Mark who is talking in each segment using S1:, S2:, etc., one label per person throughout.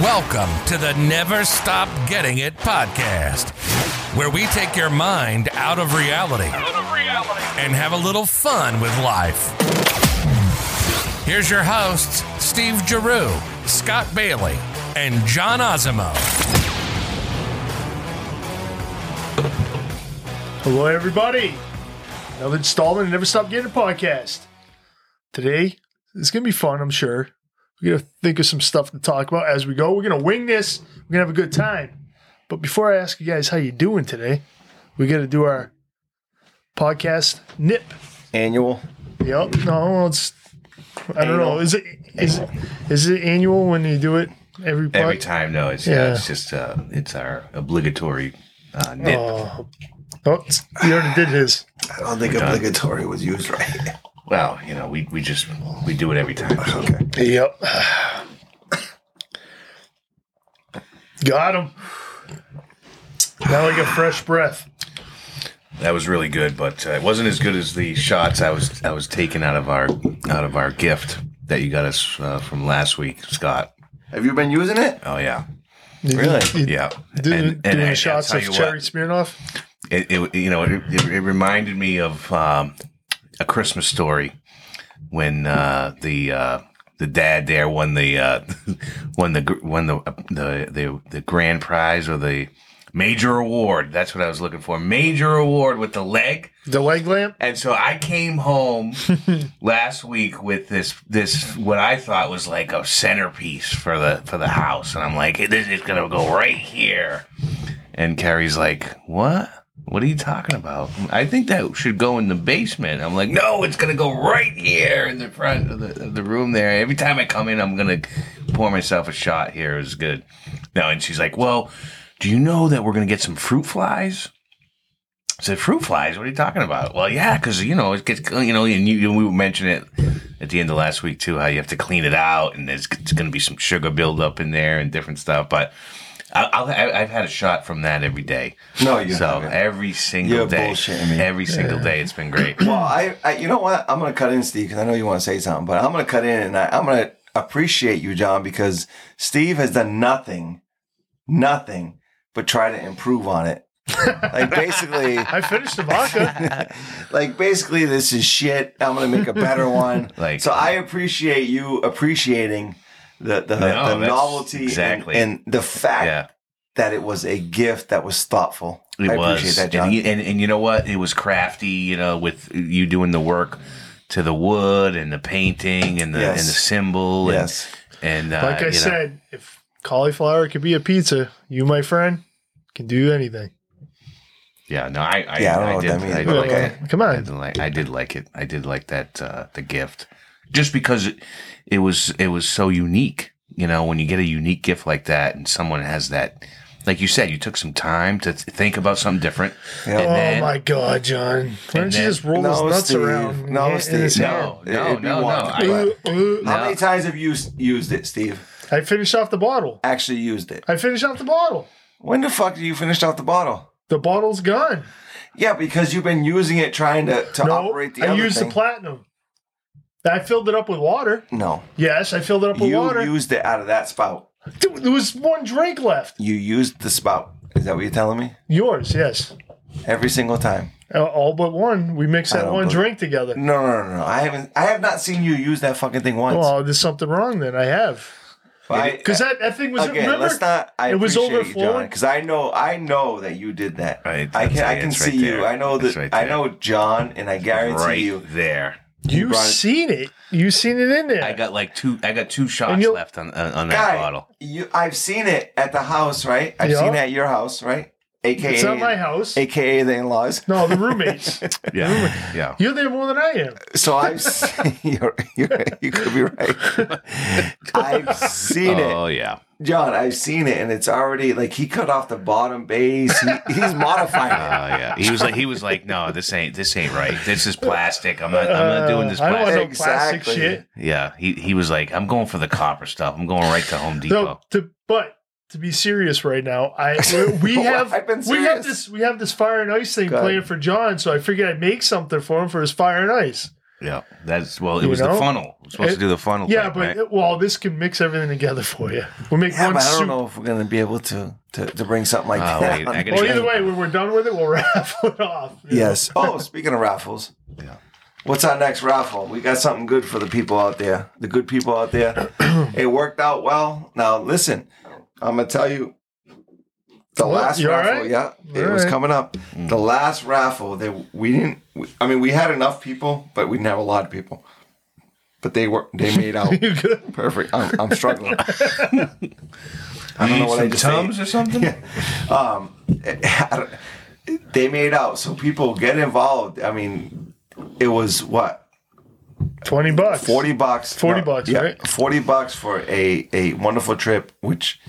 S1: Welcome to the Never Stop Getting It podcast, where we take your mind out of reality, and have a little fun with life. Here's your hosts, Steve Giroux, Scott Bailey, and John Osimo.
S2: Hello, everybody. Another installment of Never Stop Getting a podcast. Today, it's going to be fun, I'm sure. We're going to think of some stuff to talk about as we go. We're going to wing this. We're going to have a good time. But before I ask you guys how you doing today, we got to do our podcast nip.
S3: annual.
S2: Yep. No, it's I don't know. Is it is it, is it annual when you do it every pod-
S4: Every time, no, it's yeah,
S2: Yeah.
S4: it's just uh, it's our obligatory uh, nip.
S2: Oh, oh, it's- you already did his.
S3: I don't think obligatory was used right.
S4: Well, you know, we, we just we do it every time. So
S2: Yep. Got him. Now I get fresh breath.
S4: that was really good, but uh, it wasn't as good as the shots I was I was taking out of our out of our gift that you got us uh, from last week, Scott.
S3: Have you been using it?
S4: Oh yeah,
S3: Really?
S2: You
S4: yeah.
S2: Do,
S4: And- and
S2: doing
S4: I- I
S2: shots
S4: tell
S2: of
S4: you
S2: cherry
S4: what,
S2: Smirnoff.
S4: It, it you know it, it, it reminded me of um, a Christmas story when uh, the. Uh, the dad there won the uh, won the gr- won the, the the the grand prize or the major award. That's what I was looking for. Major award with the leg.
S2: The leg lamp.
S4: And so I came home last week with this this what I thought was like a centerpiece for the for the house, and I'm like, "Hey, this is gonna go right here. And Carrie's like, "What? What are you talking about? I think that should go in the basement." I'm like, "No, it's gonna go right here in the front of the, of the room there. Every time I come in, I'm gonna pour myself a shot here. It was good." No, and she's like, "Well, do you know that we're gonna get some fruit flies?" I said, "Fruit flies? What are you talking about?" Well, yeah, because you know it gets you know, and you, you we mentioned it at the end of last week too, how you have to clean it out, and there's, it's going to be some sugar buildup in there and different stuff. But I, I'll, I- I've had a shot from that every day.
S3: No, you
S4: so
S3: haven't.
S4: every single
S3: You're
S4: day,
S3: bullshitting me.
S4: every single day, it's been great.
S3: Well, I, I you know what? I'm gonna cut in, Steve, because I know you want to say something, but I'm gonna cut in and I, I'm gonna appreciate you, John, because Steve has done nothing, nothing but try to improve on it. like basically,
S2: I finished the
S4: Uh,
S2: vodka.
S3: like basically, this is shit. I'm gonna make a better one.
S4: Like-
S3: so, I appreciate you appreciating the the,
S4: No,
S3: the
S4: that's
S3: novelty and-
S4: exactly.
S3: and, the fact
S4: yeah,
S3: that it was a gift that was thoughtful.
S4: it
S3: I
S4: was.
S3: appreciate that, John.
S4: And, you- and and you know what? It was crafty. You know, with you doing the work to the wood and the painting and the
S3: Yes.
S4: and the symbol. and-
S3: yes.
S4: And, uh,
S2: Like I
S4: you know,
S2: said, if cauliflower could be a pizza, you, my friend, can do anything.
S4: Yeah, no, I, I,
S3: Yeah, I don't know
S4: I
S3: what
S4: did,
S3: that means,
S4: I did
S3: but
S4: like
S3: okay.
S4: it.
S2: Come
S4: I
S2: on.
S4: did like, I did like it. I did like that uh, the gift, just because it, it was it was so unique. You know, when you get a unique gift like that, and someone has that, like you said, you took some time to th- think about something different.
S3: Yeah.
S4: And
S2: Oh
S4: then-
S2: my God, John! Why don't you
S4: then-
S2: just roll those
S3: No,
S2: nuts
S3: Steve.
S2: around?
S3: No,
S2: in- in
S3: Steve.
S2: his hand?
S4: No,
S3: Yeah,
S4: no,
S3: it'd be
S4: no, no.
S3: wild.
S4: I,
S2: Ooh, ooh.
S3: How
S4: No.
S3: many times have you s- used it, Steve?
S2: I finished off the bottle.
S3: Actually used it.
S2: I finished off the bottle.
S3: When the fuck did you finish off the bottle?
S2: The bottle's gone.
S3: Yeah, because you've been using it trying to, to
S2: No,
S3: operate the
S2: I
S3: other
S2: used
S3: thing.
S2: the platinum. I filled it up with water.
S3: no,
S2: Yes, I filled it up with
S3: you
S2: water.
S3: used it out of that spout.
S2: Dude, there was one drink left.
S3: You used the spout. Is that what you're telling me?
S2: Yours, yes.
S3: Every single time.
S2: Uh, all but one. We mixed
S3: I
S2: that
S3: don't
S2: one
S3: believe-
S2: drink together.
S3: No, no, no, no. I haven't. I have not seen you use that fucking thing once.
S2: Well, Oh, there's something wrong then. I have. Because
S3: I-
S2: that, that thing was.
S3: again,
S2: remember,
S3: let's not. I
S2: it was overflowing.
S3: because I know, I know that you did that.
S4: Right,
S3: I can,
S4: that's-
S3: I can
S4: it's
S3: see
S4: right
S3: you.
S4: there.
S3: I know that.
S4: It's right
S3: I
S4: there.
S3: know John, and I guarantee
S4: right
S3: you.
S4: there,
S2: you
S3: brought it-
S2: seen it. you seen it in there.
S4: I got like two. I got two
S2: And
S4: shots
S2: you-
S4: left on uh, on, on that
S3: Guy,
S4: bottle.
S3: you, I've seen it at the house, right? I've
S2: Yeah.
S3: seen it at your house, right? AKA,
S2: it's not my house.
S3: AKA the in-laws.
S2: No, the roommates.
S4: Yeah, yeah.
S2: You're there more than I am.
S3: So I've seen, you're, you're, you could be right. I've seen
S4: Oh yeah.
S3: it, John. I've seen it, and it's already like he cut off the bottom base. He, he's modifying
S4: Oh
S3: it.
S4: yeah, he was like, he was like, no, this ain't, this ain't right. This is plastic. I'm not, I'm not doing this
S2: Uh, I don't want
S4: plastic.
S2: no plastic
S3: Exactly.
S2: shit.
S4: Yeah, he he was like, I'm going for the copper stuff. I'm going right to Home Depot.
S2: No, to, but to be serious right now, I we, we have
S3: I've been
S2: we have
S3: serious.
S2: this we have this fire and ice thing
S3: Go ahead.
S2: planned for John, so I figured I'd make something for him for his fire and ice.
S4: Yeah, that's well. It
S2: You
S4: was the
S2: know?
S4: funnel. We're supposed
S2: It-
S4: to do the funnel.
S2: Yeah,
S4: thing,
S2: but
S4: right?
S2: well, this can mix everything together for you. We'll make
S3: Yeah,
S2: one
S3: but I
S2: soup.
S3: don't know if we're gonna be able to to, to bring something like
S4: Oh,
S3: that.
S4: wait,
S3: on
S4: I
S3: the
S4: gotta
S2: Well,
S3: show.
S2: either way, when we're done with it, we'll raffle it off. you know?
S3: Yes. Oh, speaking of raffles,
S4: Yeah.
S3: what's our next raffle? We got something good for the people out there, the good people out there. it worked out well. Now, listen, I'm going to tell you the
S2: What?
S3: last
S2: You all
S3: raffle.
S2: right?
S3: Yeah, it
S2: All
S3: was
S2: right.
S3: coming up.
S4: Hmm.
S3: The last raffle that we didn't, we, I mean, we had enough people, but we didn't have a lot of people. But they were, they made out
S2: You good?
S3: perfect. I'm, I'm struggling. I don't know what I just ate.
S4: Tums or something.
S3: um, they made out. So people get involved. I mean, it was what
S2: Twenty bucks.
S3: forty bucks.
S2: 40 bucks, right?
S3: Forty bucks for a a wonderful trip, which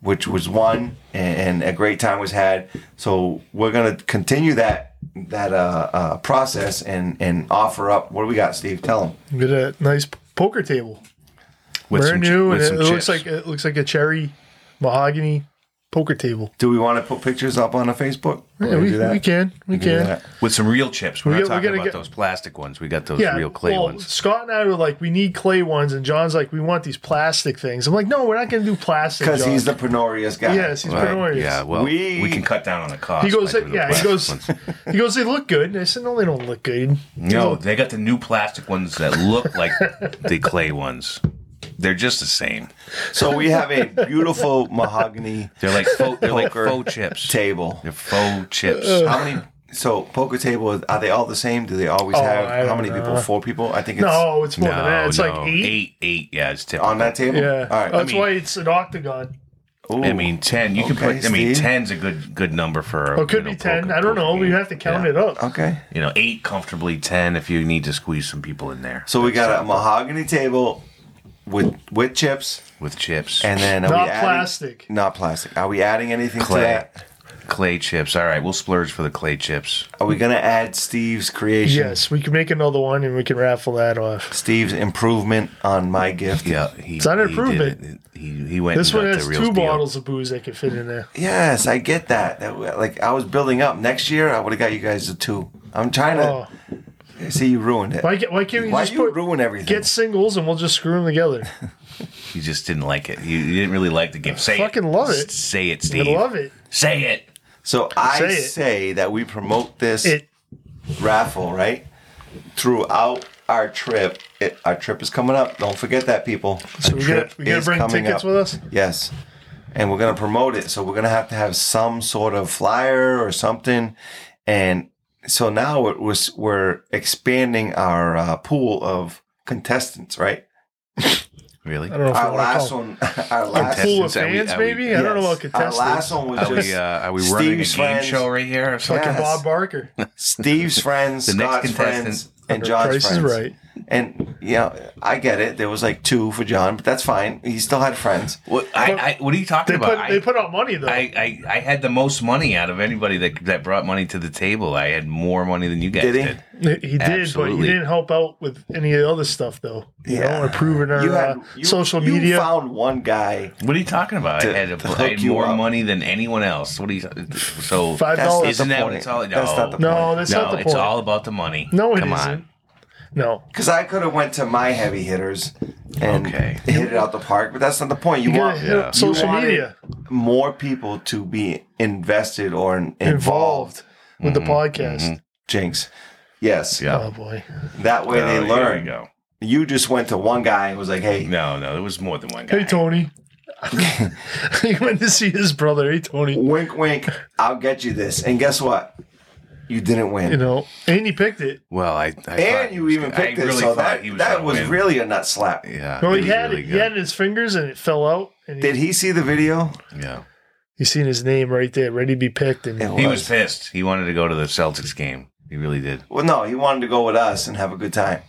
S3: which was won and, and a great time was had. So we're gonna continue that that uh, uh, process and and offer up. What do we got, Steve? Tell them.
S2: We got a nice p- poker table,
S4: With
S2: brand
S4: chi-
S2: new, and
S4: with
S2: it,
S4: some
S2: it looks
S4: chips.
S2: like it looks like a cherry mahogany poker table.
S3: Do we want to put pictures up on the Facebook? We're
S2: Yeah,
S3: gonna
S2: we,
S3: do that.
S2: we can, we
S3: do
S2: can.
S3: that.
S4: with some real chips. We're
S2: We got- we
S4: not talking
S2: gotta
S4: about
S2: get-
S4: those plastic ones. We got those
S2: Yeah,
S4: real clay
S2: well,
S4: ones.
S2: Scott and I were like, we need clay ones, and John's like, we want these plastic things. I'm like, no, we're not going to do plastic.
S3: Because
S2: John."
S3: he's the penurious guy.
S2: yes, he's
S4: Right,
S2: penurious.
S4: Yeah, well,
S3: We-
S4: we, can cut down on the cost.
S2: He goes,
S4: by doing the
S2: yeah, he
S4: plastic
S2: goes,
S4: ones.
S2: he goes, they look good. And I said, no, they don't look good.
S4: No, they got the new plastic ones that look like the clay ones. They're just the same.
S3: So we have a beautiful mahogany
S4: They're like faux, they're like
S3: Poker
S4: faux chips.
S3: table.
S4: They're faux chips.
S3: How many? So poker table are they all the same? Do they always
S2: Oh, I
S3: have how
S2: don't
S3: many people?
S2: know.
S3: Four people? I think it's
S2: No, it's more than that.
S4: no,
S2: It's
S4: no.
S2: like eight.
S4: eight, eight. Yeah, it's typical.
S3: on that table.
S2: Yeah, Uh,
S3: All right.
S2: that's
S4: mean-
S2: why it's an octagon.
S3: Ooh.
S4: I mean, ten. You
S3: Okay,
S4: can put. I mean,
S3: Steve.
S4: ten's a good good number for.
S2: Well, Oh, it could
S4: you know,
S2: be ten.
S4: poker-
S2: I don't
S4: poker
S2: know. We
S4: game.
S2: have to count
S4: Yeah.
S2: it up.
S3: okay.
S4: You know, eight comfortably, ten if you need to squeeze some people in there.
S3: So we got a mahogany table with with chips,
S4: with chips
S3: and then are
S2: Not
S3: we adding-
S2: plastic.
S3: Not plastic. Are we adding anything
S4: Clay.
S3: to that?
S4: clay chips. All right, we'll splurge for the clay chips.
S3: Are we gonna add Steve's creation?
S2: Yes, we can make another one and we can raffle that off.
S3: Steve's improvement on my gift.
S4: Yeah, he,
S2: It's an
S4: he did
S2: improvement.
S4: it. He, he went.
S2: This
S4: and
S2: one
S4: got
S2: has
S4: the
S2: two
S4: real deal.
S2: bottles of booze that can fit in there.
S3: Yes, I get that. That like I was building up. Next year, I would have got you guys the two. I'm trying
S2: Oh,
S3: to see you ruined it.
S2: why, ca- why can't we
S3: Why
S2: just
S3: you
S2: put,
S3: ruin everything?
S2: get singles and we'll just screw them together?
S4: You just didn't like it. You, you didn't really like the game. Say it.
S2: fucking love it.
S4: S- Say it,
S2: I
S4: Steve.
S2: love it.
S4: Say it.
S3: So I
S2: Say
S3: say,
S2: it.
S3: that we promote this
S2: It
S3: raffle right throughout our trip. It, our trip is coming up. Don't forget that, people.
S2: so
S3: Our
S2: we
S3: trip
S2: got we gotta
S3: is
S2: bring
S3: coming
S2: tickets
S3: up.
S2: with us.
S3: Yes, and we're gonna promote it. So we're gonna have to have some sort of flyer or something, and so now it was we're expanding our uh, pool of contestants, right?
S4: Really?
S2: I don't know if I
S3: Our
S2: wanna call
S3: last
S2: them.
S3: one, our
S2: A
S3: last,
S2: pool of
S4: contestants, are we-
S2: fans,
S4: are we-
S2: maybe. I don't know
S3: yes.
S2: about contestants.
S3: Our last one was
S4: Are
S3: just
S4: we, uh, are we running a game
S3: Steve's friends.
S4: show right here? Or something?
S2: Fucking
S3: Yes.
S2: Bob Barker.
S3: Steve's friends,
S4: The next
S3: Scott's friends,
S4: contestant.
S3: and John's
S2: Price
S3: friends.
S2: is right.
S3: And yeah, I get it. There was like two for John, but that's fine. He still had friends.
S4: What, I, I, what are you talking
S2: They put
S4: about?
S2: they
S4: I,
S2: put out money though.
S4: I, I, I had the most money out of anybody that that brought money to the table. I had more money than you guys
S3: Did
S4: did.
S3: he?
S2: He he did, but
S4: Absolutely.
S2: he didn't help out with any of the other stuff, though. You
S3: Yeah.
S2: know, approving our
S3: You had
S2: uh,
S3: you-
S2: social
S3: you
S2: media.
S3: found one guy.
S4: What are you talking about?
S3: To-
S4: I had, a,
S3: to
S4: I
S3: hook
S4: had
S3: you
S4: more
S3: up.
S4: money than anyone else. What are you? So
S2: Five
S3: That's
S2: dollars.
S3: not
S4: Isn't
S3: the
S4: that
S3: point.
S4: what it's all? No,
S3: That's not the
S2: no,
S3: point.
S2: that's
S4: no,
S2: not the
S4: it's
S2: point.
S4: all about the money.
S2: no, it
S4: Come
S2: not
S4: on.
S2: No,
S3: Because I could have went to my heavy hitters and
S4: Okay.
S3: hit it out the park, but that's not the point. You,
S2: You gotta
S3: want
S2: hit up
S3: you
S2: social
S3: wanted
S2: media.
S3: more people to be invested or in- involved.
S2: involved with
S4: Mm-hmm.
S2: the podcast.
S3: Jinx. Yes.
S4: Yeah.
S2: Oh boy,
S3: That way
S4: Oh,
S3: they
S4: here
S3: learn.
S4: we go.
S3: You just went to one guy and was like, "Hey,
S4: No, no, there was more than one guy.
S2: hey Tony, he went to see his brother. Hey Tony,
S3: wink, wink. I'll get you this." And guess what? You didn't win.
S2: you know, and he picked it.
S4: Well, I, I thought
S3: and
S4: he
S3: you
S4: was
S3: even
S4: gonna- I
S3: picked it, so
S4: thought
S3: that
S4: he
S3: that
S4: gonna
S3: was
S4: win.
S3: really a nut slap.
S4: yeah.
S2: Well, he,
S4: was
S2: had
S4: really
S2: it. He had
S4: good.
S2: it in his fingers, and it fell out. And
S3: Did
S2: he,
S3: he see the video?
S4: Yeah,
S2: he seen his name right there, ready to be picked, and
S3: It
S4: he was pissed. He wanted to go to the Celtics game. He really did.
S3: Well, no, he wanted to go with us and have a good time.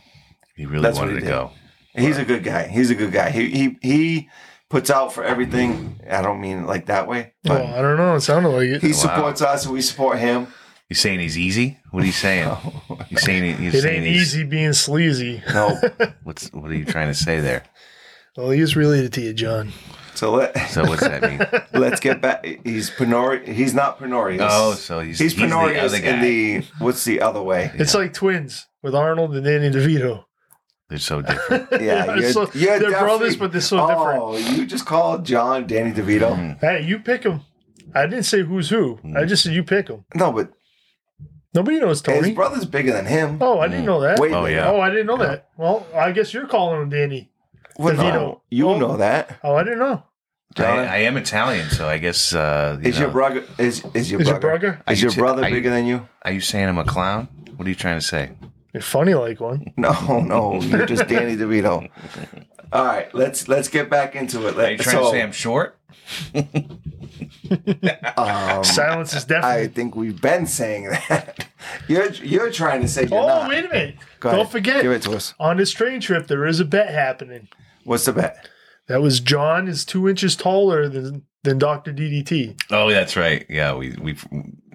S4: He really
S3: That's what
S4: wanted
S3: he
S4: to
S3: did.
S4: go.
S3: He's a good guy. He's a good guy. He he he puts out for everything. I don't mean it like that way, but
S2: well, I don't know. It sounded like it.
S3: he supports us and we support him.
S4: You saying he's easy? What are you saying? You saying he- he's
S2: It
S4: saying
S2: ain't
S4: he's-
S2: easy being sleazy.
S3: No,
S4: What's what are you trying to say there?
S2: Well, he is related to you, John.
S3: So let,
S4: So what's that mean?
S3: let's get back. He's penor. He's not penurious.
S4: Oh, so he's-
S3: he's
S4: he's the
S3: penurious
S4: other
S3: in
S4: guy.
S3: the what's the other way?
S2: It's like twins with Arnold and Danny DeVito.
S4: They're so different.
S3: Yeah,
S2: They're
S3: you're,
S2: so-
S3: you're
S2: they're
S3: definitely-
S2: brothers, but they're so
S3: Oh, you just called John Danny DeVito.
S4: Mm-hmm.
S2: different. Hey, you pick them. I didn't say who's who.
S3: Mm.
S2: I just said you pick them.
S3: No, but
S2: Nobody knows
S3: his
S2: Tony.
S3: brother brother's bigger than him.
S2: Oh, I didn't know that.
S3: Wait,
S4: Oh,
S3: a
S4: yeah.
S2: Oh, I didn't know that. Well, I guess you're calling him Danny.
S3: minute.
S2: DeVito.
S3: No, you
S2: Oh.
S3: know that.
S2: Oh, I didn't know.
S4: I,
S3: John,
S4: I am Italian, so I guess. Uh, you
S3: is your
S4: know-
S3: brother is is your
S2: Is your
S3: brother
S2: brother?
S3: is
S4: Are you
S3: your
S4: t-
S3: brother
S4: are you-
S3: bigger than you?
S4: Are you saying I'm a clown? What are you trying to say?
S2: You're funny like one.
S3: No, no, you're just Danny DeVito. All right, let's let's get back into it.
S4: Are you
S3: Let,
S4: trying to say I'm
S3: so,
S4: short?
S3: um,
S2: Silence is
S3: I
S2: deafening.
S3: think we've been saying that. You're you're trying to say you're
S2: Oh,
S3: not.
S2: wait a minute.
S3: Go
S2: Don't
S3: ahead.
S2: forget,
S3: Give it to us.
S2: on this train trip, there is a bet happening.
S3: What's the bet?
S2: That was John is two inches taller than than Doctor DDT.
S4: Oh, that's right. Yeah, we we.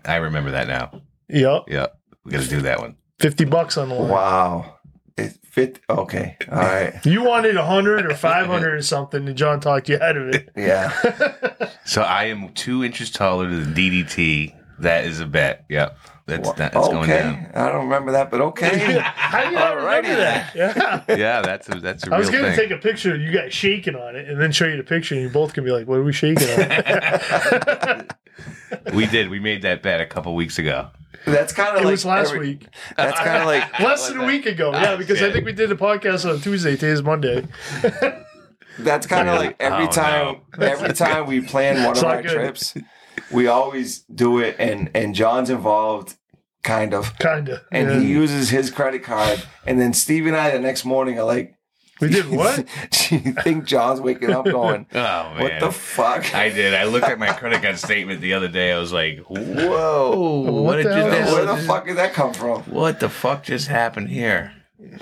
S4: I remember that now.
S2: Yep,
S4: Yeah, we got to do that one.
S2: fifty bucks on the line.
S3: Wow. It fit. Okay. All right.
S2: You wanted hundred or five hundred or something, and John talked you out of it.
S3: Yeah.
S4: So I am two inches taller than DDT. That is a bet. Yep, that's that, that's going down.
S3: Okay. I don't remember that, but okay.
S2: How do you not remember
S3: Alrighty
S2: that? Yeah.
S4: Yeah, that's a, that's a
S2: I
S4: real
S2: was going to
S4: thing.
S2: take a picture of you guys shaking on it and then show you the picture, and you both can be like, What are we shaking on?
S4: we did. We made that bet a couple weeks ago.
S3: That's kind of
S2: it
S3: like
S2: was last
S3: every-
S2: week,
S3: That's kind of like Ah,
S2: less than a week ago. Yeah, because I
S4: shit.
S2: think we did the podcast on Tuesday. Today's Monday.
S3: that's kind of like every
S4: Oh,
S3: time every time we plan one
S2: It's
S3: of
S2: not
S3: our
S2: good.
S3: trips, we always do it, and and John's involved, kind of,
S2: Kinda.
S3: and
S2: Yeah.
S3: he uses his credit card, and then Steve and I the next morning are like,
S2: we did what?
S3: Do you think John's waking up going,
S4: Oh man,
S3: what the fuck?
S4: I did. I looked at my credit card statement the other day. I was like, "Whoa,
S3: Whoa.
S4: what,
S2: What
S4: did
S2: the hell?
S4: just,
S3: Where the fuck did that come from?
S4: What the fuck just happened here?"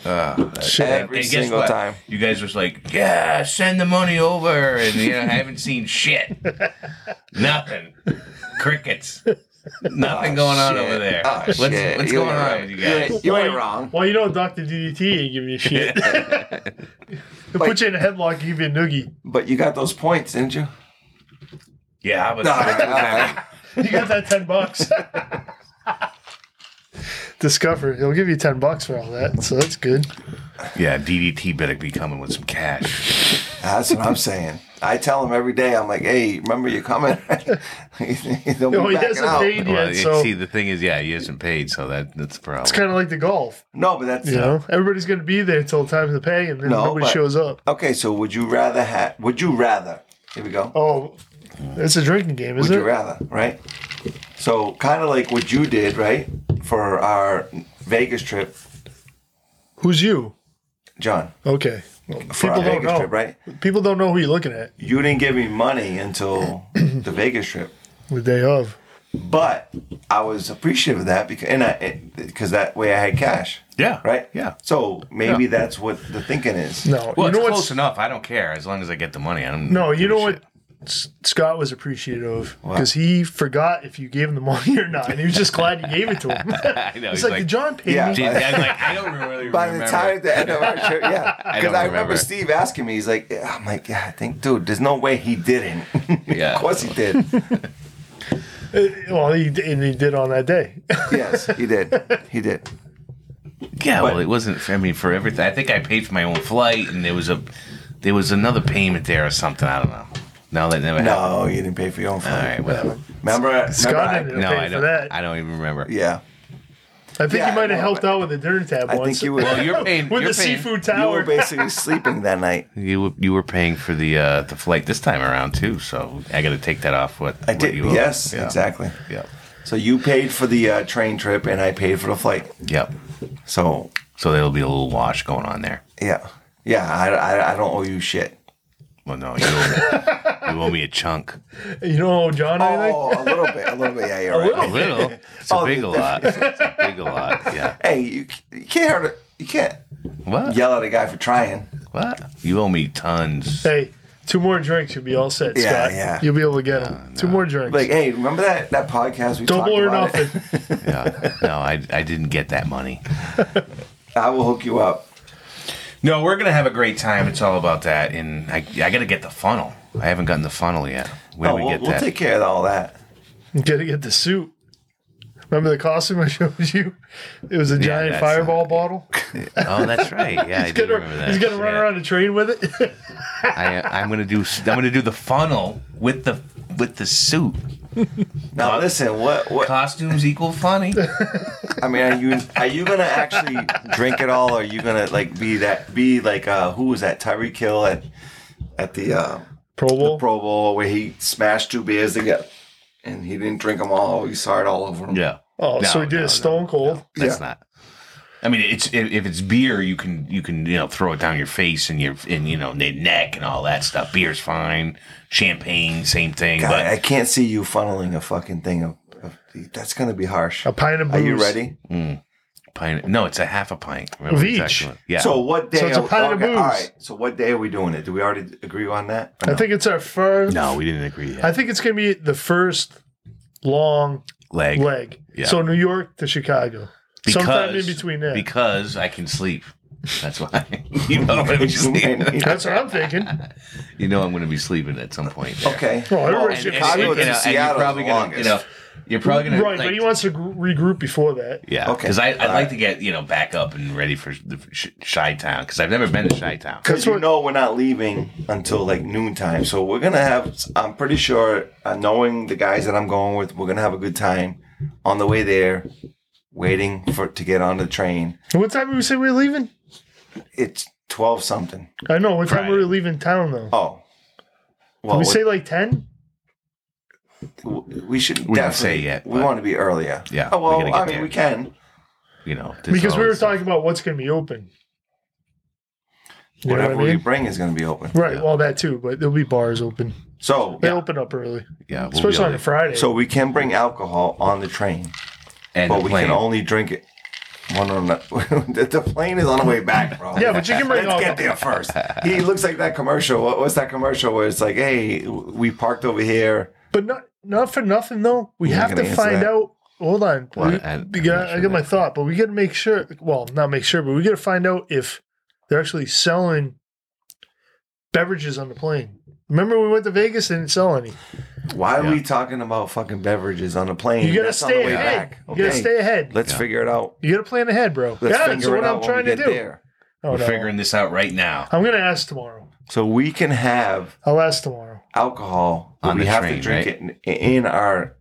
S4: Uh,
S2: Shit.
S3: Every
S4: And guess
S3: single
S4: what?
S3: time.
S4: You guys was like, yeah, send the money over. And, you know, I haven't seen shit. Nothing. Crickets. Nothing going on
S3: Shit.
S4: over there.
S3: Oh,
S4: what's
S3: shit.
S4: what's
S3: You
S4: going
S3: ain't
S4: on
S3: right.
S4: with you
S3: You
S4: guys?
S3: ain't- You
S2: Well,
S3: ain't wrong.
S2: Well, you know, Doctor DDT ain't giving you shit. He'll put you in a headlock, and give you a noogie.
S3: But you got those points, didn't you?
S4: Yeah, I was.
S3: Nah, nah.
S2: You got that ten bucks. Discover. He'll give you ten bucks for all that, so that's good.
S4: yeah, DDT better be coming with some cash.
S3: That's what I'm saying. I tell him every day, I'm like, hey, remember you're coming. They'll be
S2: No, Oh, he
S3: backing
S2: hasn't
S3: out.
S2: paid
S4: well,
S2: yet,
S4: you
S2: so
S4: see, the thing is, yeah, he isn't paid, so that that's the problem.
S2: it's kind of like the golf.
S3: No, but that's
S2: You know, everybody's going to be there until time to pay, and then
S3: No,
S2: nobody
S3: but-
S2: shows up.
S3: okay. So would you rather have? Would you rather? Here we go.
S2: Oh, it's a drinking game,
S3: would
S2: isn't
S3: you
S2: it?
S3: rather? Right. So kind of like what you did, right, for our Vegas trip,
S2: Who's you?
S3: John.
S2: Okay. Well,
S3: For
S2: people
S3: our
S2: don't
S3: Vegas
S2: know.
S3: trip, right?
S2: People don't know who you're looking at
S3: You didn't give me money until the Vegas trip.
S2: the day of.
S3: But I was appreciative of that because and I because that way I had cash.
S4: Yeah.
S3: Right.
S4: Yeah.
S3: So maybe that's what the thinking is.
S2: No,
S4: Well,
S2: you know
S4: it's
S2: what's
S4: close enough. I don't care as long as I get the money. I don't.
S2: No,
S4: give
S2: you
S4: a
S2: know
S4: shit.
S2: what S- Scott was appreciative of because he forgot if you gave him the money or not, and he was just glad you gave it to him.
S4: I know.
S2: He's
S4: He's
S2: like,
S4: like,
S2: "Did John pay
S3: Yeah.
S2: me?" uh,
S4: Dude, I'm like, I don't really
S3: By
S4: remember.
S3: the time the end of our trip, yeah, because
S4: don't
S3: I, remember
S4: remember.
S3: Steve asking me, he's like, yeah. "I'm like, yeah, I think, dude, there's no way he didn't.
S4: Yeah.
S3: of course he did.
S2: Well, he d- and he did on that day.
S3: yes, he did. He did.
S4: Yeah, well, it wasn't. For, I mean, for everything, I think I paid for my own flight, and there was a there was another payment there or something. I don't know. No, that never happened.
S3: No, you didn't pay for your own
S4: All
S3: flight.
S4: right, whatever.
S3: Remember, remember
S2: Scott
S3: I-
S2: ended
S4: No,
S2: up
S4: I
S2: paying for
S4: don't.
S2: that.
S4: I don't even remember.
S3: yeah,
S2: I think
S3: Yeah,
S2: you might
S3: I
S2: have
S3: know,
S2: helped
S3: but-
S2: out with the dinner tab
S3: I
S2: once
S3: think you were
S4: Well,
S3: you
S4: you're paying.
S2: with
S4: you're
S2: the
S4: paying,
S2: seafood
S3: were
S2: tower.
S3: basically sleeping that night.
S4: You were, you were paying for the uh, the flight this time around too, so I got to take that off. What
S3: I did.
S4: What you owe.
S3: Yes,
S4: Yeah.
S3: exactly.
S4: Yep.
S3: So you paid for the uh, train trip, and I paid for the flight.
S4: Yep.
S3: So
S4: So there'll be a little wash going on there.
S3: yeah, yeah, I, I, I don't owe you shit.
S4: Well, no, you owe me, you owe me a chunk.
S2: you know, John. anything?
S3: Oh, a little bit, a little bit. Yeah, you're right.
S4: A little. It's a
S3: Oh,
S4: big
S3: the-
S4: a lot. It's a big a lot. Yeah.
S3: Hey, you, you can't hurt it. You can't
S4: What?
S3: yell at a guy for trying.
S4: What? You owe me tons.
S2: Hey, two more drinks, you'll be all set,
S3: Yeah,
S2: Scott.
S3: yeah.
S2: You'll be able to get them. Two more drinks.
S3: Like, hey, remember that that podcast we
S2: Double
S3: talked
S2: or
S3: about?
S2: nothing.
S3: It?
S4: Yeah. No, I, I didn't get that money.
S3: I will hook you up.
S4: No, we're gonna have a great time. It's all about that, and I, I gotta get the funnel. I haven't gotten the funnel yet. Where
S3: Oh,
S4: do we
S3: we'll,
S4: get
S3: we'll
S4: that?
S3: take care of all that.
S2: You gotta get the suit. Remember the costume I showed you? It was a giant
S4: that's
S2: fireball bottle.
S4: oh, that's right. Yeah, I
S2: He's
S4: do
S2: gonna,
S4: remember that.
S2: he's gonna run
S4: Shit.
S2: around the train with it.
S4: I, I'm gonna do. I'm gonna do the funnel with the with the suit.
S3: Now listen, what what
S4: Costumes equal funny.
S3: I mean, are you are you gonna actually drink it all, or are you gonna like be that be like uh who was that Tyreek Hill at at the uh,
S2: Pro Bowl.
S3: Pro Bowl where he smashed two beers together and he didn't drink them all. You saw it all over him.
S4: Yeah.
S2: oh,
S4: No,
S2: so he did
S4: no,
S2: a Stone Cold.
S4: That's
S3: Yeah.
S4: not. I mean, it's if, if it's beer, you can you can you know throw it down your face and your and you know the neck and all that stuff. Beer's fine. Champagne, same thing.
S3: God,
S4: but
S3: I can't see you funneling a fucking thing of. of that's gonna be harsh.
S2: A pint of
S3: Are
S2: booze.
S3: you ready?
S4: pint, no, it's a half a pint.
S2: Of each.
S4: what- Yeah.
S3: So what day?
S2: So it's a
S3: are-
S2: pint of booze.
S3: All right. So what day are we doing it? Do we already agree on that? or
S2: I
S3: no?
S2: think it's our first.
S4: no, we didn't agree yet.
S2: I think it's gonna be the first long
S4: Leg.
S2: leg.
S4: Yeah.
S2: So New York to Chicago. Sometime in between there.
S4: Because I can sleep. That's why. you know, I'm sleeping.
S2: That's what I'm thinking.
S4: you know, I'm going to be sleeping at some point. there.
S3: Okay.
S2: Well, everybody's
S4: And- and-
S3: Chicago
S4: and,
S3: to
S4: you know, and
S3: Seattle
S4: you're
S3: is
S4: probably
S3: the
S4: gonna, you know,
S3: longest.
S4: you're probably gonna
S2: right, but
S4: like-
S2: he wants to gr- regroup before that.
S4: Yeah.
S3: Okay.
S4: Because I I'd
S3: All
S4: like
S3: right.
S4: to get you know back up and ready for the Shy Town because I've never been to Shy Town.
S3: Because
S2: That's
S3: you
S2: what-
S3: know we're not leaving until like noontime, so we're gonna have. I'm pretty sure, uh, knowing the guys that I'm going with, we're gonna have a good time on the way there, waiting for to get on the train.
S2: What time did we say we were leaving?
S3: It's twelve something.
S2: I know. What time were we
S4: Friday.
S2: leaving town though?
S3: Oh,
S2: Did
S3: well,
S2: we
S3: we,
S2: say like ten?
S3: we should
S4: We didn't say
S3: definitely.
S4: yet,
S3: we
S4: but-
S3: want to be earlier.
S4: Yeah,
S3: Oh
S4: we
S3: well,
S4: gotta
S3: I
S4: get
S3: mean,
S4: there.
S3: we can.
S4: You know, there's
S2: Because we were
S4: always-
S2: talking about what's going to be open. You know what I
S3: Whatever we
S2: mean?
S3: bring is gonna be open.
S2: Right, well, that too, but there'll be bars open.
S3: So,
S2: They open up early,
S4: Yeah, we'll
S2: especially
S4: be
S2: on a
S4: able to-
S2: Friday.
S3: so we can bring alcohol on the train,
S4: and
S3: but
S4: the
S3: we
S4: plane.
S3: can only drink it. One on the, the- the plane is on the way back, bro.
S2: yeah, but you can bring
S3: Let's get
S2: alcohol.
S3: there first. He looks like that commercial. What, what's that commercial where it's like, hey, we parked over here.
S2: But not not for nothing though. We
S3: You're not
S2: have to
S3: gonna
S2: find
S3: answer that?
S2: out. Hold on,
S4: Well,
S2: We-
S4: I- I'm
S2: we
S4: not
S2: got- I
S4: sure
S2: got my
S4: that-
S2: thought, but we got to make sure. Well, not make sure, but we got to find out if they're actually selling beverages on the plane. Remember, we went to Vegas and didn't sell any.
S3: Why are
S4: Yeah.
S3: we talking about fucking beverages on a plane?
S2: You got to
S3: That's on
S2: stay
S3: the way
S2: ahead.
S3: back.
S2: You got to stay ahead.
S3: Let's figure it out.
S2: You got to plan ahead, bro.
S3: Let's
S2: yeah, that's
S3: figure
S2: what
S3: it out
S2: I'm
S3: when
S2: trying
S3: we
S2: to
S3: get
S2: do.
S3: there.
S2: Oh,
S4: We're
S2: no.
S4: figuring this out right now.
S2: I'm gonna ask tomorrow.
S3: So we can have
S2: I'll ask tomorrow.
S3: alcohol. but
S4: On
S3: we
S4: the
S3: have
S4: train,
S3: to drink it in, in our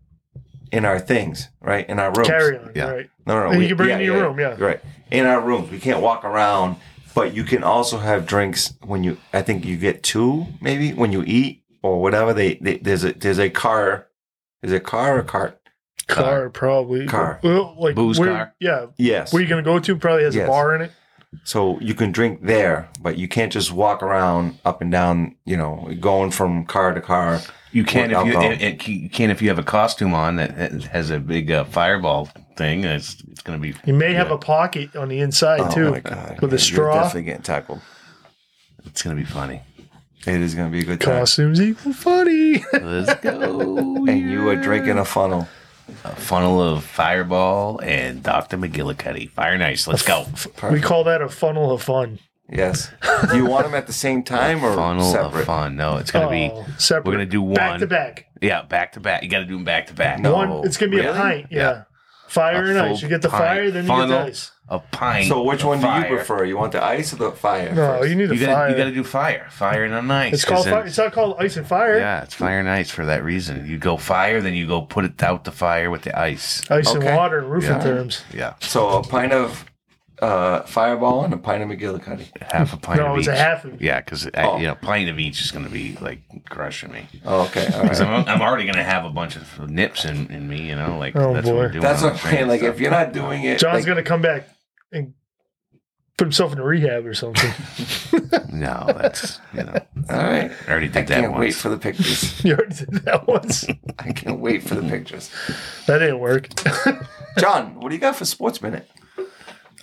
S3: in our things, right? In our rooms.
S2: Carry on,
S4: Yeah.
S2: right?
S3: No, no, no.
S2: And you can bring it in your room, yeah.
S3: Right. In our rooms. We can't walk around, but you can also have drinks when you, I think you get two maybe when you eat or whatever. They, they There's a there's a car. There's a car or cart?
S2: Car, probably.
S3: Car.
S2: Well, like
S4: Booze
S2: where-
S4: car.
S2: Yeah.
S3: Yes.
S2: Where you gonna go to probably has a
S3: Yes.
S2: bar in it.
S3: so you can drink there, but you can't just walk around up and down, you know, going from car to car.
S4: You can
S3: Or
S4: if you
S3: alcohol.
S4: it, it, you can if you have a costume on that that has a big uh, fireball thing. It's it's gonna be.
S2: You may have a pocket on the inside
S3: Oh
S2: too. With a
S3: You're
S2: straw.
S3: definitely getting tackled.
S4: It's gonna be funny.
S3: It is going to be a good time.
S2: Costumes equal funny.
S4: Let's go.
S3: And you are drinking a funnel.
S4: a funnel of Fireball and Doctor McGillicuddy. Fire nice. Let's go.
S2: we call that a funnel of fun.
S3: Yes. Do you want them at the same time or
S4: funnel
S3: separate?
S4: of fun. No, it's gonna
S2: Oh,
S4: be
S2: separate.
S4: We're gonna do one.
S2: back to back.
S4: yeah back to back. You got to do them back to back.
S3: No.
S2: One. It's gonna be a
S3: really?
S2: pint. Yeah.
S4: Yeah.
S2: Fire
S4: A
S2: and ice. You
S4: full
S2: get the
S4: pint
S2: fire, then you get the
S4: funnel.
S2: ice.
S4: A pint.
S3: So which
S4: of
S3: one do
S4: fire.
S3: you prefer? You want the ice or the
S2: No,
S3: fire? first?
S2: you need a
S4: You
S2: fire.
S4: got you got to do fire. Fire and on ice.
S2: it's called
S4: 'cause then-
S2: fire. It's not called ice and fire.
S4: Yeah, it's fire and ice for that reason. You go fire, then you go put it out the fire with the ice.
S2: Ice
S3: Okay.
S2: and water and roofing
S4: Yeah.
S2: terms.
S4: Yeah,
S3: So a pint of uh, Fireball and a pint of McGillicuddy.
S4: half a pint.
S2: No,
S4: of
S2: it's
S4: each.
S2: a half of-
S4: Yeah, because
S3: Oh.
S4: you know, pint of each is going to be like crushing me.
S3: Oh, okay, all right.
S4: Because I'm, I'm already going to have a bunch of nips in, in me. You know, like
S2: Oh,
S4: that's what
S2: boy.
S4: we're doing.
S3: That's what
S4: on
S3: I'm
S4: the train
S3: saying. Like,
S4: and
S3: if you're not doing it,
S2: John's
S3: like,
S2: gonna come back and put himself in a rehab or something.
S4: stuff. no, that's you know,
S3: all right.
S4: I already
S3: I
S4: did that
S3: can't wait
S4: once.
S3: for the pictures.
S2: you already did that once.
S3: I can't wait for the pictures.
S2: That didn't work.
S3: John, what do you got for Sports Minute?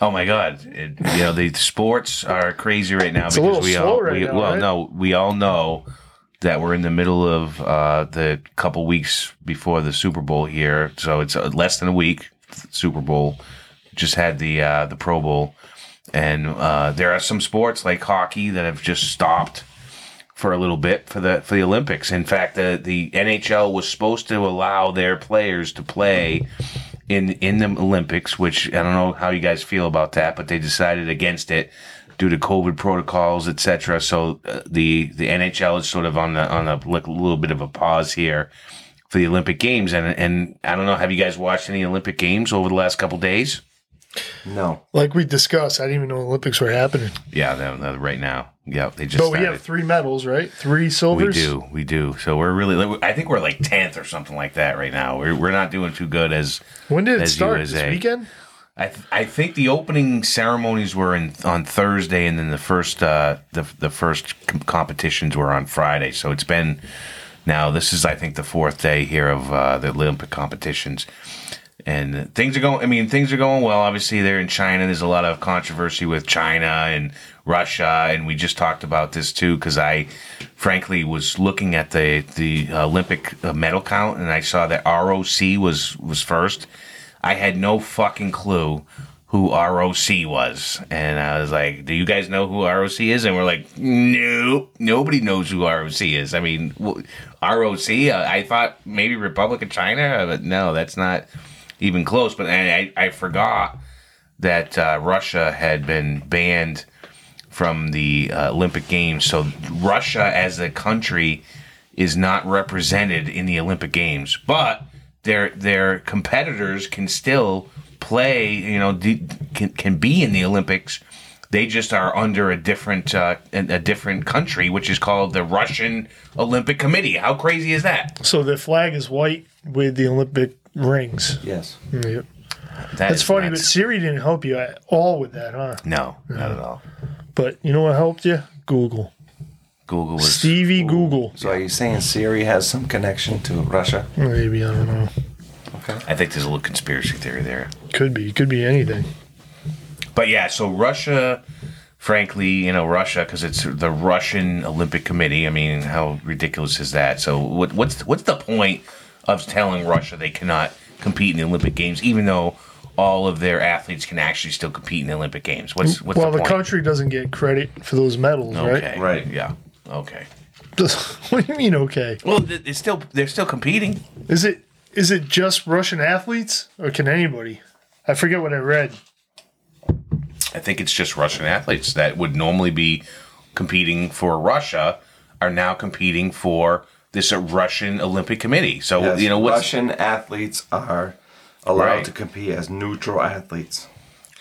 S4: Oh my God! It, you know the sports are crazy right now
S2: It's a
S4: because
S2: little
S4: we
S2: slow
S4: all
S2: right
S4: we,
S2: now,
S4: well
S2: right?
S4: no we all know that we're in the middle of uh, the couple weeks before the Super Bowl here, so it's uh, less than a week. Super Bowl just had the uh, the Pro Bowl, and uh, there are some sports like hockey that have just stopped for a little bit for the for the Olympics. In fact, the the NHL was supposed to allow their players to play in in the Olympics, which I don't know how you guys feel about that, but they decided against it due to COVID protocols, etc. So uh, the the NHL is sort of on the on a like, little bit of a pause here for the Olympic Games, and and I don't know. Have you guys watched any Olympic Games over the last couple days?
S3: No.
S2: Like we discussed, I didn't even know Olympics were happening.
S4: Yeah, they're- they're right now. Yeah, they just.
S2: But we
S4: started.
S2: have three medals, right? Three
S4: We
S2: silvers.
S4: do, we do. So we're really, I think we're like tenth or something like that right now. We're, we're not doing too good as
S2: When did it
S4: As
S2: start?
S4: USA.
S2: This weekend?
S4: I. Th- I think the opening ceremonies were in, on Thursday, and then the first uh, the the first com- competitions were on Friday. So it's been now. This is I think the fourth day here of uh, the Olympic competitions, and things are going. I mean, things are going well. Obviously, they're in China. There's a lot of controversy with China and Russia, and we just talked about this too because I, frankly, was looking at the the Olympic uh, medal count, and I saw that ROC was was first. I had no fucking clue who ROC was, and I was like, "Do you guys know who ROC is?" And we're like, "Nope, nobody knows who ROC is." I mean, wh- ROC. Uh, I thought maybe Republic of China, but no, that's not even close. But I, I, I forgot that uh, Russia had been banned from the uh, Olympic Games. So Russia as a country is not represented in the Olympic Games, but their their competitors can still play. You know, d- can can be in the Olympics. They just are under a different uh, a a different country, which is called the Russian Olympic Committee. How crazy is that?
S2: So the flag is white with the Olympic rings.
S3: Yes.
S2: Yep.
S4: That
S2: That's
S4: is
S2: funny, but
S4: nuts.
S2: Siri didn't help you at all with that, huh?
S4: no, not at all.
S2: But you know what helped you? Google.
S4: Google was
S2: Stevie Google.
S3: So are you saying Siri has some connection to Russia?
S2: Maybe, I don't know.
S4: I think there's a little conspiracy theory there.
S2: Could be. Could be anything.
S4: But yeah, so Russia, frankly, you know, Russia, because it's the Russian Olympic Committee. I mean, how ridiculous is that? So what, what's what's the point of telling Russia they cannot compete in the Olympic Games, even though all of their athletes can actually still compete in the Olympic Games? What's what's
S2: well,
S4: the
S2: the,
S4: point?
S2: country doesn't get credit for those medals,
S4: okay,
S3: Right.
S4: yeah, okay.
S2: right? what do you mean, okay?
S4: Well, th- it's still they're still competing.
S2: Is it is it just Russian athletes or can anybody? I forget what I read.
S4: I think it's just Russian athletes that would normally be competing for Russia are now competing for this uh, Russian Olympic Committee. So
S3: Yes.
S4: you know what's
S3: Russian athletes are allowed
S4: Right.
S3: to compete as neutral athletes.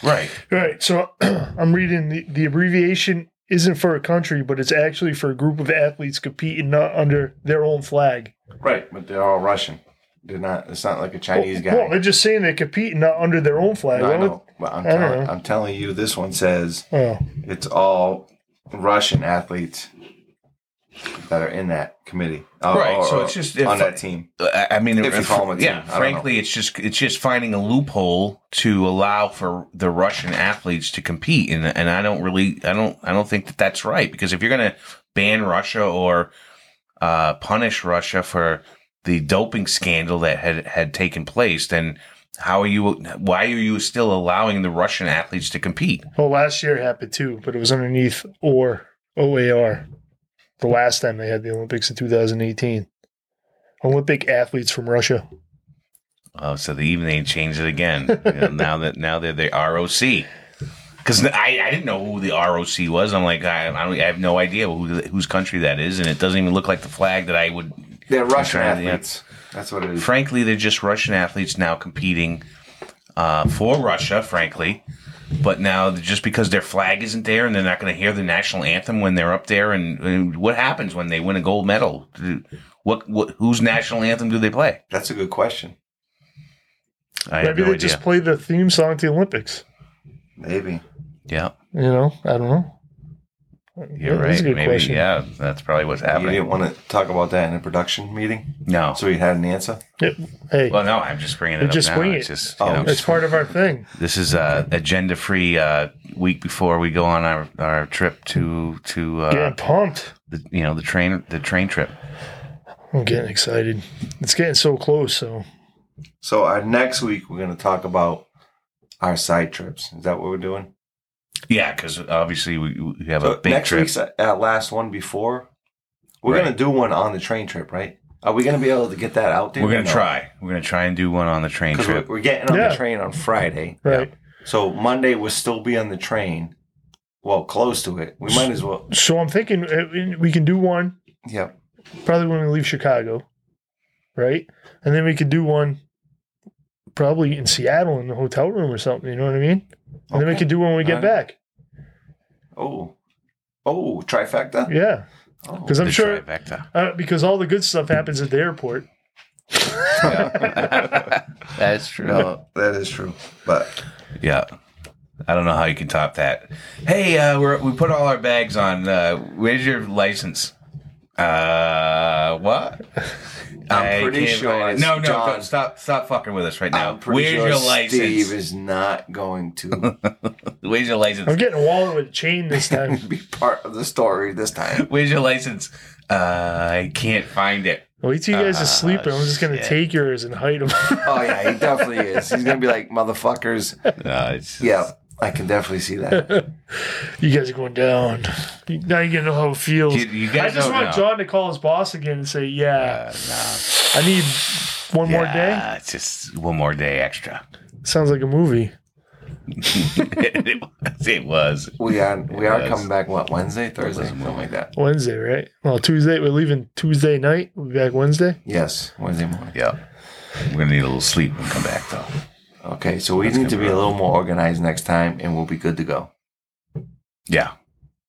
S4: right.
S2: All right, so I'm reading the, the abbreviation isn't for a country, but it's actually for a group of athletes competing not under their own flag.
S3: Right, but they're all Russian. They're not. It's not like a Chinese guy.
S2: Well, they're Oh, just saying they're competing not under their own flag.
S3: I
S2: Well,
S3: know. But I'm,
S2: I don't
S3: telling,
S2: know. uh-huh.
S3: I'm telling you, this one says
S2: Oh,
S3: it's all Russian athletes that are in that committee. Oh,
S4: Right,
S3: or-
S4: so
S3: or
S4: it's just-
S3: on
S4: if-
S3: that team.
S4: I I mean,
S3: If you call them a team,
S4: yeah.
S3: I don't know.
S4: Frankly, it's just it's just finding a loophole to allow for the Russian athletes to compete, and and I don't really, I don't, I don't think that that's right because if you're going to ban Russia or uh, punish Russia for the doping scandal that had had taken place, then how are you? Why are you still allowing the Russian athletes to compete?
S2: well, oh, last year it happened too, but it was underneath or OAR. The last time they had the Olympics in 2018, Olympic athletes from Russia.
S4: Oh, so they even they changed it again. You know, now that now they're the ROC. Because I, I didn't know who the ROC was. I'm like I, I, don't, I have no idea who th- whose country that is, and it doesn't even look like the flag that I would.
S3: They're Russian
S4: trying to- yeah.
S3: athletes. That's what it is.
S4: Frankly, they're just Russian athletes now competing uh, for Russia. Frankly, but now just because their flag isn't there and they're not going to hear the national anthem when they're up there, and, and what happens when they win a gold medal? What, what whose national anthem do they play?
S3: That's a good question.
S4: I have
S2: Maybe
S4: no
S2: they
S4: idea.
S2: just play the theme song to the Olympics.
S3: Maybe.
S4: yeah.
S2: You know, I don't know.
S4: You're
S2: That
S4: right.
S2: is a good
S4: Maybe
S2: question.
S4: yeah, that's probably what's
S3: You
S4: happening.
S3: didn't want to talk about that in a production meeting,
S4: No.
S3: so you had an answer.
S2: Yep. Hey,
S4: Well, no, I'm just bringing it
S2: Then
S4: up
S2: just
S4: now.
S2: wing
S4: It's
S2: it.
S4: just you
S3: Oh.
S4: know,
S2: that's part of our thing.
S4: this is uh, agenda-free uh, week before we go on our, our trip to to uh,
S2: Getting pumped.
S4: the, you know the train the train trip.
S2: I'm getting excited. It's getting so close. So
S3: So our next week, we're going to talk about our side trips. Is that what we're doing?
S4: Yeah, because obviously we, we have
S3: So
S4: a big
S3: next
S4: trip.
S3: week's uh, last one before We're
S4: Right.
S3: gonna do one on the train trip, right? Are we gonna be able to get that out there?
S4: We're gonna try. We're gonna try and do one on the train
S3: Because we're,
S4: trip.
S3: we're getting on
S2: Yeah.
S3: the train on Friday,
S2: Right.
S3: so Monday we'll still be on the train. Well, close to it. We might as well.
S2: So I'm thinking uh, we can do one
S3: Yep.
S2: probably when we leave Chicago, right? And then we could do one probably in Seattle in the hotel room or something. You know what I mean? And then we
S3: Okay.
S2: could do one when we get
S3: All right.
S2: back.
S3: Oh, oh, trifecta.
S2: Yeah,
S3: Oh.
S2: because I'm
S4: The
S2: sure
S4: trifecta.
S2: uh, because all the good stuff happens at the airport.
S4: That's true.
S3: No, that is true. But
S4: Yeah. I don't know how you can top that. Hey, uh, we're, we put all our bags on. Uh, where's your license? Uh, what? I
S3: pretty
S4: can't
S3: sure
S4: find it.
S3: it's
S4: no, no,
S3: John.
S4: don't- stop, stop fucking with us right now.
S3: I'm pretty
S4: Where's
S3: sure
S4: your license?
S3: Steve is not going to
S4: Where's your license?
S2: I'm getting a wallet with a chain this time.
S3: be part of the story this time.
S4: Where's your license? Uh, I can't find it.
S2: Wait till you guys are
S4: Ah,
S2: sleeping. I'm just gonna
S4: shit.
S2: take yours and hide them.
S3: Oh yeah, he definitely is. He's gonna be like motherfuckers.
S4: No, Uh, it's
S3: Yeah, I can definitely see that.
S2: you guys are going down. You- Now you're gonna know how it feels.
S4: You, you guys
S2: I just
S4: don't
S2: want
S4: know.
S2: John to call his boss again and say, "Yeah,
S4: Uh, no.
S2: I need one more day."
S4: Yeah, It's just one more day extra.
S2: Sounds like a movie.
S4: it was. It was.
S3: We are we are
S4: Yes.
S3: coming back what Wednesday, Thursday, something like that.
S2: Wednesday, right? Well, Tuesday. We're leaving Tuesday night. We'll be back Wednesday.
S3: Yes, Wednesday morning.
S4: Yeah. We're gonna need a little sleep and come back though.
S3: Okay, so we need to be a little more organized next time, and we'll be good to go.
S4: Yeah.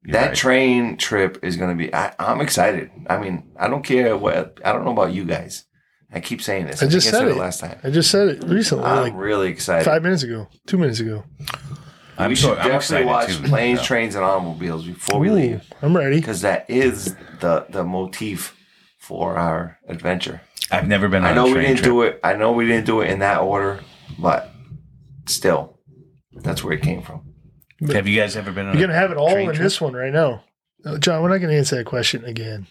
S4: You're
S3: that
S4: right.
S3: train trip is going to be. I, I'm excited. I mean, I don't care what. I don't know about you guys. I keep saying this.
S2: I
S3: think
S2: just said
S3: it
S2: it.
S3: last time.
S2: I just said it recently,
S3: I'm
S2: like
S3: really excited.
S2: five minutes ago, two minutes ago.
S4: I'm
S3: we
S4: so-
S3: should
S4: I'm
S3: definitely
S4: excited
S3: watch
S4: too,
S3: planes,
S4: though.
S3: trains, and automobiles before we
S2: Ooh,
S3: leave
S2: I'm ready.
S3: because that is the the motif for our adventure.
S4: I've never been on
S3: I know
S4: a
S3: we
S4: train
S3: didn't
S4: trip.
S3: do it. I know we didn't do it in that order, but still, that's where it came from.
S4: Have you guys ever been on
S2: You're gonna have it all in
S4: Train trip?
S2: this one right now, Uh, John. We're not gonna answer that question again.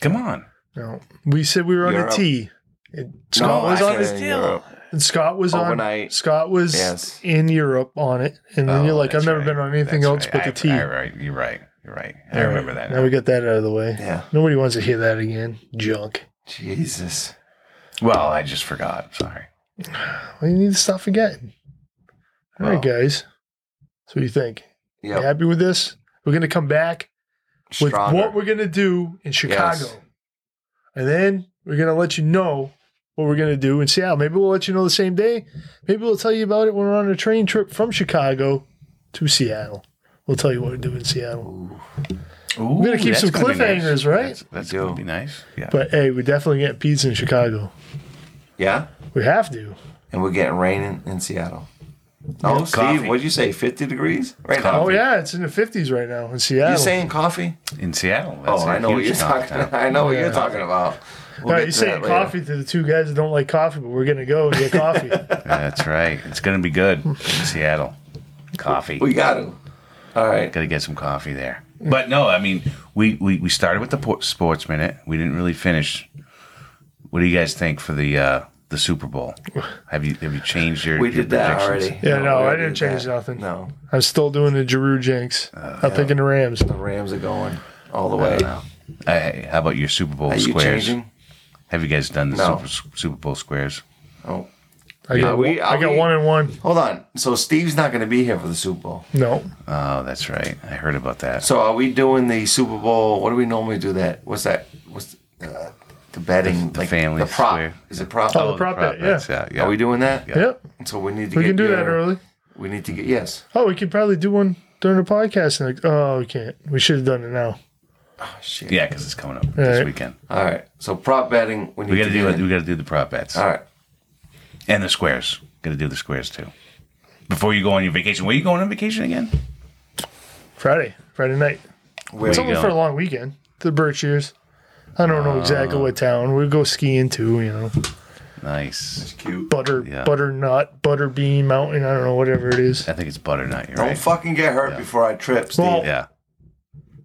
S4: Come on.
S2: No, we said we were on
S3: Europe.
S2: a T. And Scott
S3: No,
S2: was
S3: I
S2: on.
S3: said in Europe.
S2: And Scott was on.
S3: Overnight.
S2: Scott was
S3: Yes.
S2: in Europe on it, and then
S4: Oh,
S2: you're like, I've
S4: that's
S2: never
S4: right.
S2: been on anything
S4: That's
S2: else
S4: right.
S2: but
S4: I-
S2: the T.
S4: I, right. You're right. You're right. I
S2: All right,
S4: remember that.
S2: Now we got that out of the way.
S3: Yeah.
S2: Nobody wants to hear that again. Junk.
S3: Jesus.
S4: Well, I just forgot. I'm Sorry.
S2: Well, you need to stop forgetting. All right,
S3: Wow.
S2: guys. So what do you think? You
S3: Yeah.
S2: happy with this? We're gonna come back with what we're gonna do in Chicago, and then we're gonna let you know what we're gonna do in Seattle. Maybe we'll let you know the same day. Maybe we'll tell you about it when we're on a train trip from Chicago to Seattle. We'll tell you what we're doing in Seattle.
S4: We're
S2: gonna keep some cliffhangers, right?
S4: That's, that's gonna
S3: do.
S4: be nice. Yeah.
S2: But hey, we definitely get pizza in Chicago.
S3: yeah.
S2: We have to.
S3: And we're getting rain in, in Seattle. Oh, Steve,
S4: Coffee.
S3: what'd you say? 50 degrees right
S2: Oh
S4: Coffee.
S3: now?
S2: yeah, it's in the fifties right now in Seattle.
S3: You saying coffee?
S4: in Seattle.
S3: oh, I know what you're talking.
S4: about.
S3: I know what you're talking about. We'll
S2: No,
S3: get
S2: you
S3: to
S2: say
S3: that later.
S2: coffee to the two guys that don't like coffee, but we're gonna go and get coffee.
S4: That's right. It's gonna be good. in Seattle. Coffee.
S3: We got to. All right.
S4: Gotta get some coffee there. But no, I mean, we, we, we started with the por- sports minute. We didn't really finish. What do you guys think for the uh, the Super Bowl? Have you have you changed your?
S3: We
S4: your
S3: did that
S4: predictions?
S3: already.
S2: Yeah, no,
S3: we
S2: I
S3: already
S2: didn't
S3: did
S2: change nothing.
S3: No,
S2: I'm still doing the Giroux jinx.
S3: Uh,
S2: I'm thinking the Rams.
S3: the Rams are going all the way.
S4: I don't know. Hey, how about your Super Bowl
S3: Are you
S4: squares?
S3: changing?
S4: Have you guys done the
S3: No.
S4: Super, Super Bowl squares?
S3: Oh,
S2: I got,
S3: we-
S2: I
S3: are
S2: got
S3: we-
S2: one and one.
S3: hold on. So Steve's not going to be here for the Super Bowl.
S2: No,
S4: Oh, that's right. I heard about that.
S3: So are we doing the Super Bowl? What do we normally do? That what's that? What's the, uh, the betting?
S4: The- the
S3: like
S4: family
S3: The prop
S4: square.
S3: is it prop?
S2: Oh, the prop bet, yeah.
S4: bets, yeah.
S3: Are we doing that?
S4: Yeah.
S2: yep,
S3: So we need to.
S2: we
S3: get
S2: can do
S3: your-
S2: that early.
S3: We need to get yes.
S2: Oh, we could probably do one during the podcast. And like, oh, we can't. We should have done it now.
S3: Oh, shit.
S4: Yeah, because it's coming up this
S2: right.
S4: weekend.
S3: All right. So prop betting. We need
S4: We gotta
S3: to
S4: do
S3: get
S4: it.
S3: in.
S4: We gotta do the prop bets
S3: All right.
S4: and the squares. Gotta do the squares too. Before you go on your vacation, where you going on vacation again?
S2: Friday, Friday night.
S3: Where
S2: It's
S3: we
S2: only
S4: go.
S2: for a long weekend. The Berkshires. I don't know exactly what town. We go skiing too. You know,
S4: Nice.
S3: cute.
S2: butter,
S4: Yeah.
S2: butternut, butterbean mountain. I don't know whatever it is.
S4: I think it's butternut. You're
S3: Don't
S4: right.
S3: fucking get hurt before I trip, Steve.
S2: Well-
S4: Yeah.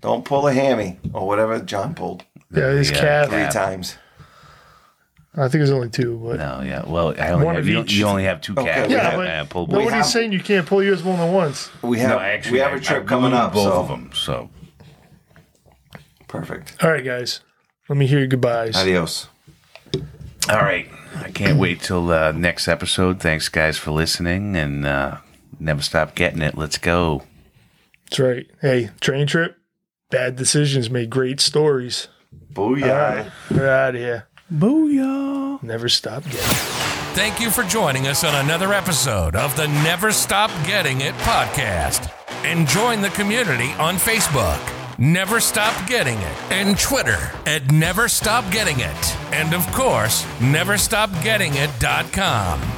S3: Don't pull a hammy or whatever John pulled
S2: Yeah, his
S4: Yeah.
S2: calf.
S3: three
S4: Yeah.
S3: times.
S2: I think it's only two, but
S4: No. Yeah. Well, I only
S2: One
S4: have,
S2: of
S4: you, don't-
S2: each.
S4: you only have two
S3: Okay.
S4: cats.
S3: Yeah,
S4: I-
S2: but
S4: I have pulled both.
S2: nobody's saying you can't pull yours more than once.
S3: We have
S4: No, actually,
S3: we have
S4: I-
S3: a
S4: I
S3: trip coming
S4: blew
S3: up.
S4: Both
S3: so
S4: of them. So
S3: perfect.
S2: All right, guys. Let me hear your goodbyes.
S3: Adios.
S4: All right. I can't wait till uh, next episode. Thanks, guys, for listening and uh, never stop getting it. Let's go.
S2: That's right. Hey, train trip. Bad decisions make great stories.
S3: Booyah.
S2: We're out of here.
S4: Booyah.
S2: Never stop getting.
S1: Thank you for joining us on another episode of the Never Stop Getting It podcast. And join the community on Facebook, Never Stop Getting It, and Twitter at Never Stop Getting It. And of course, neverstopgettingit.com.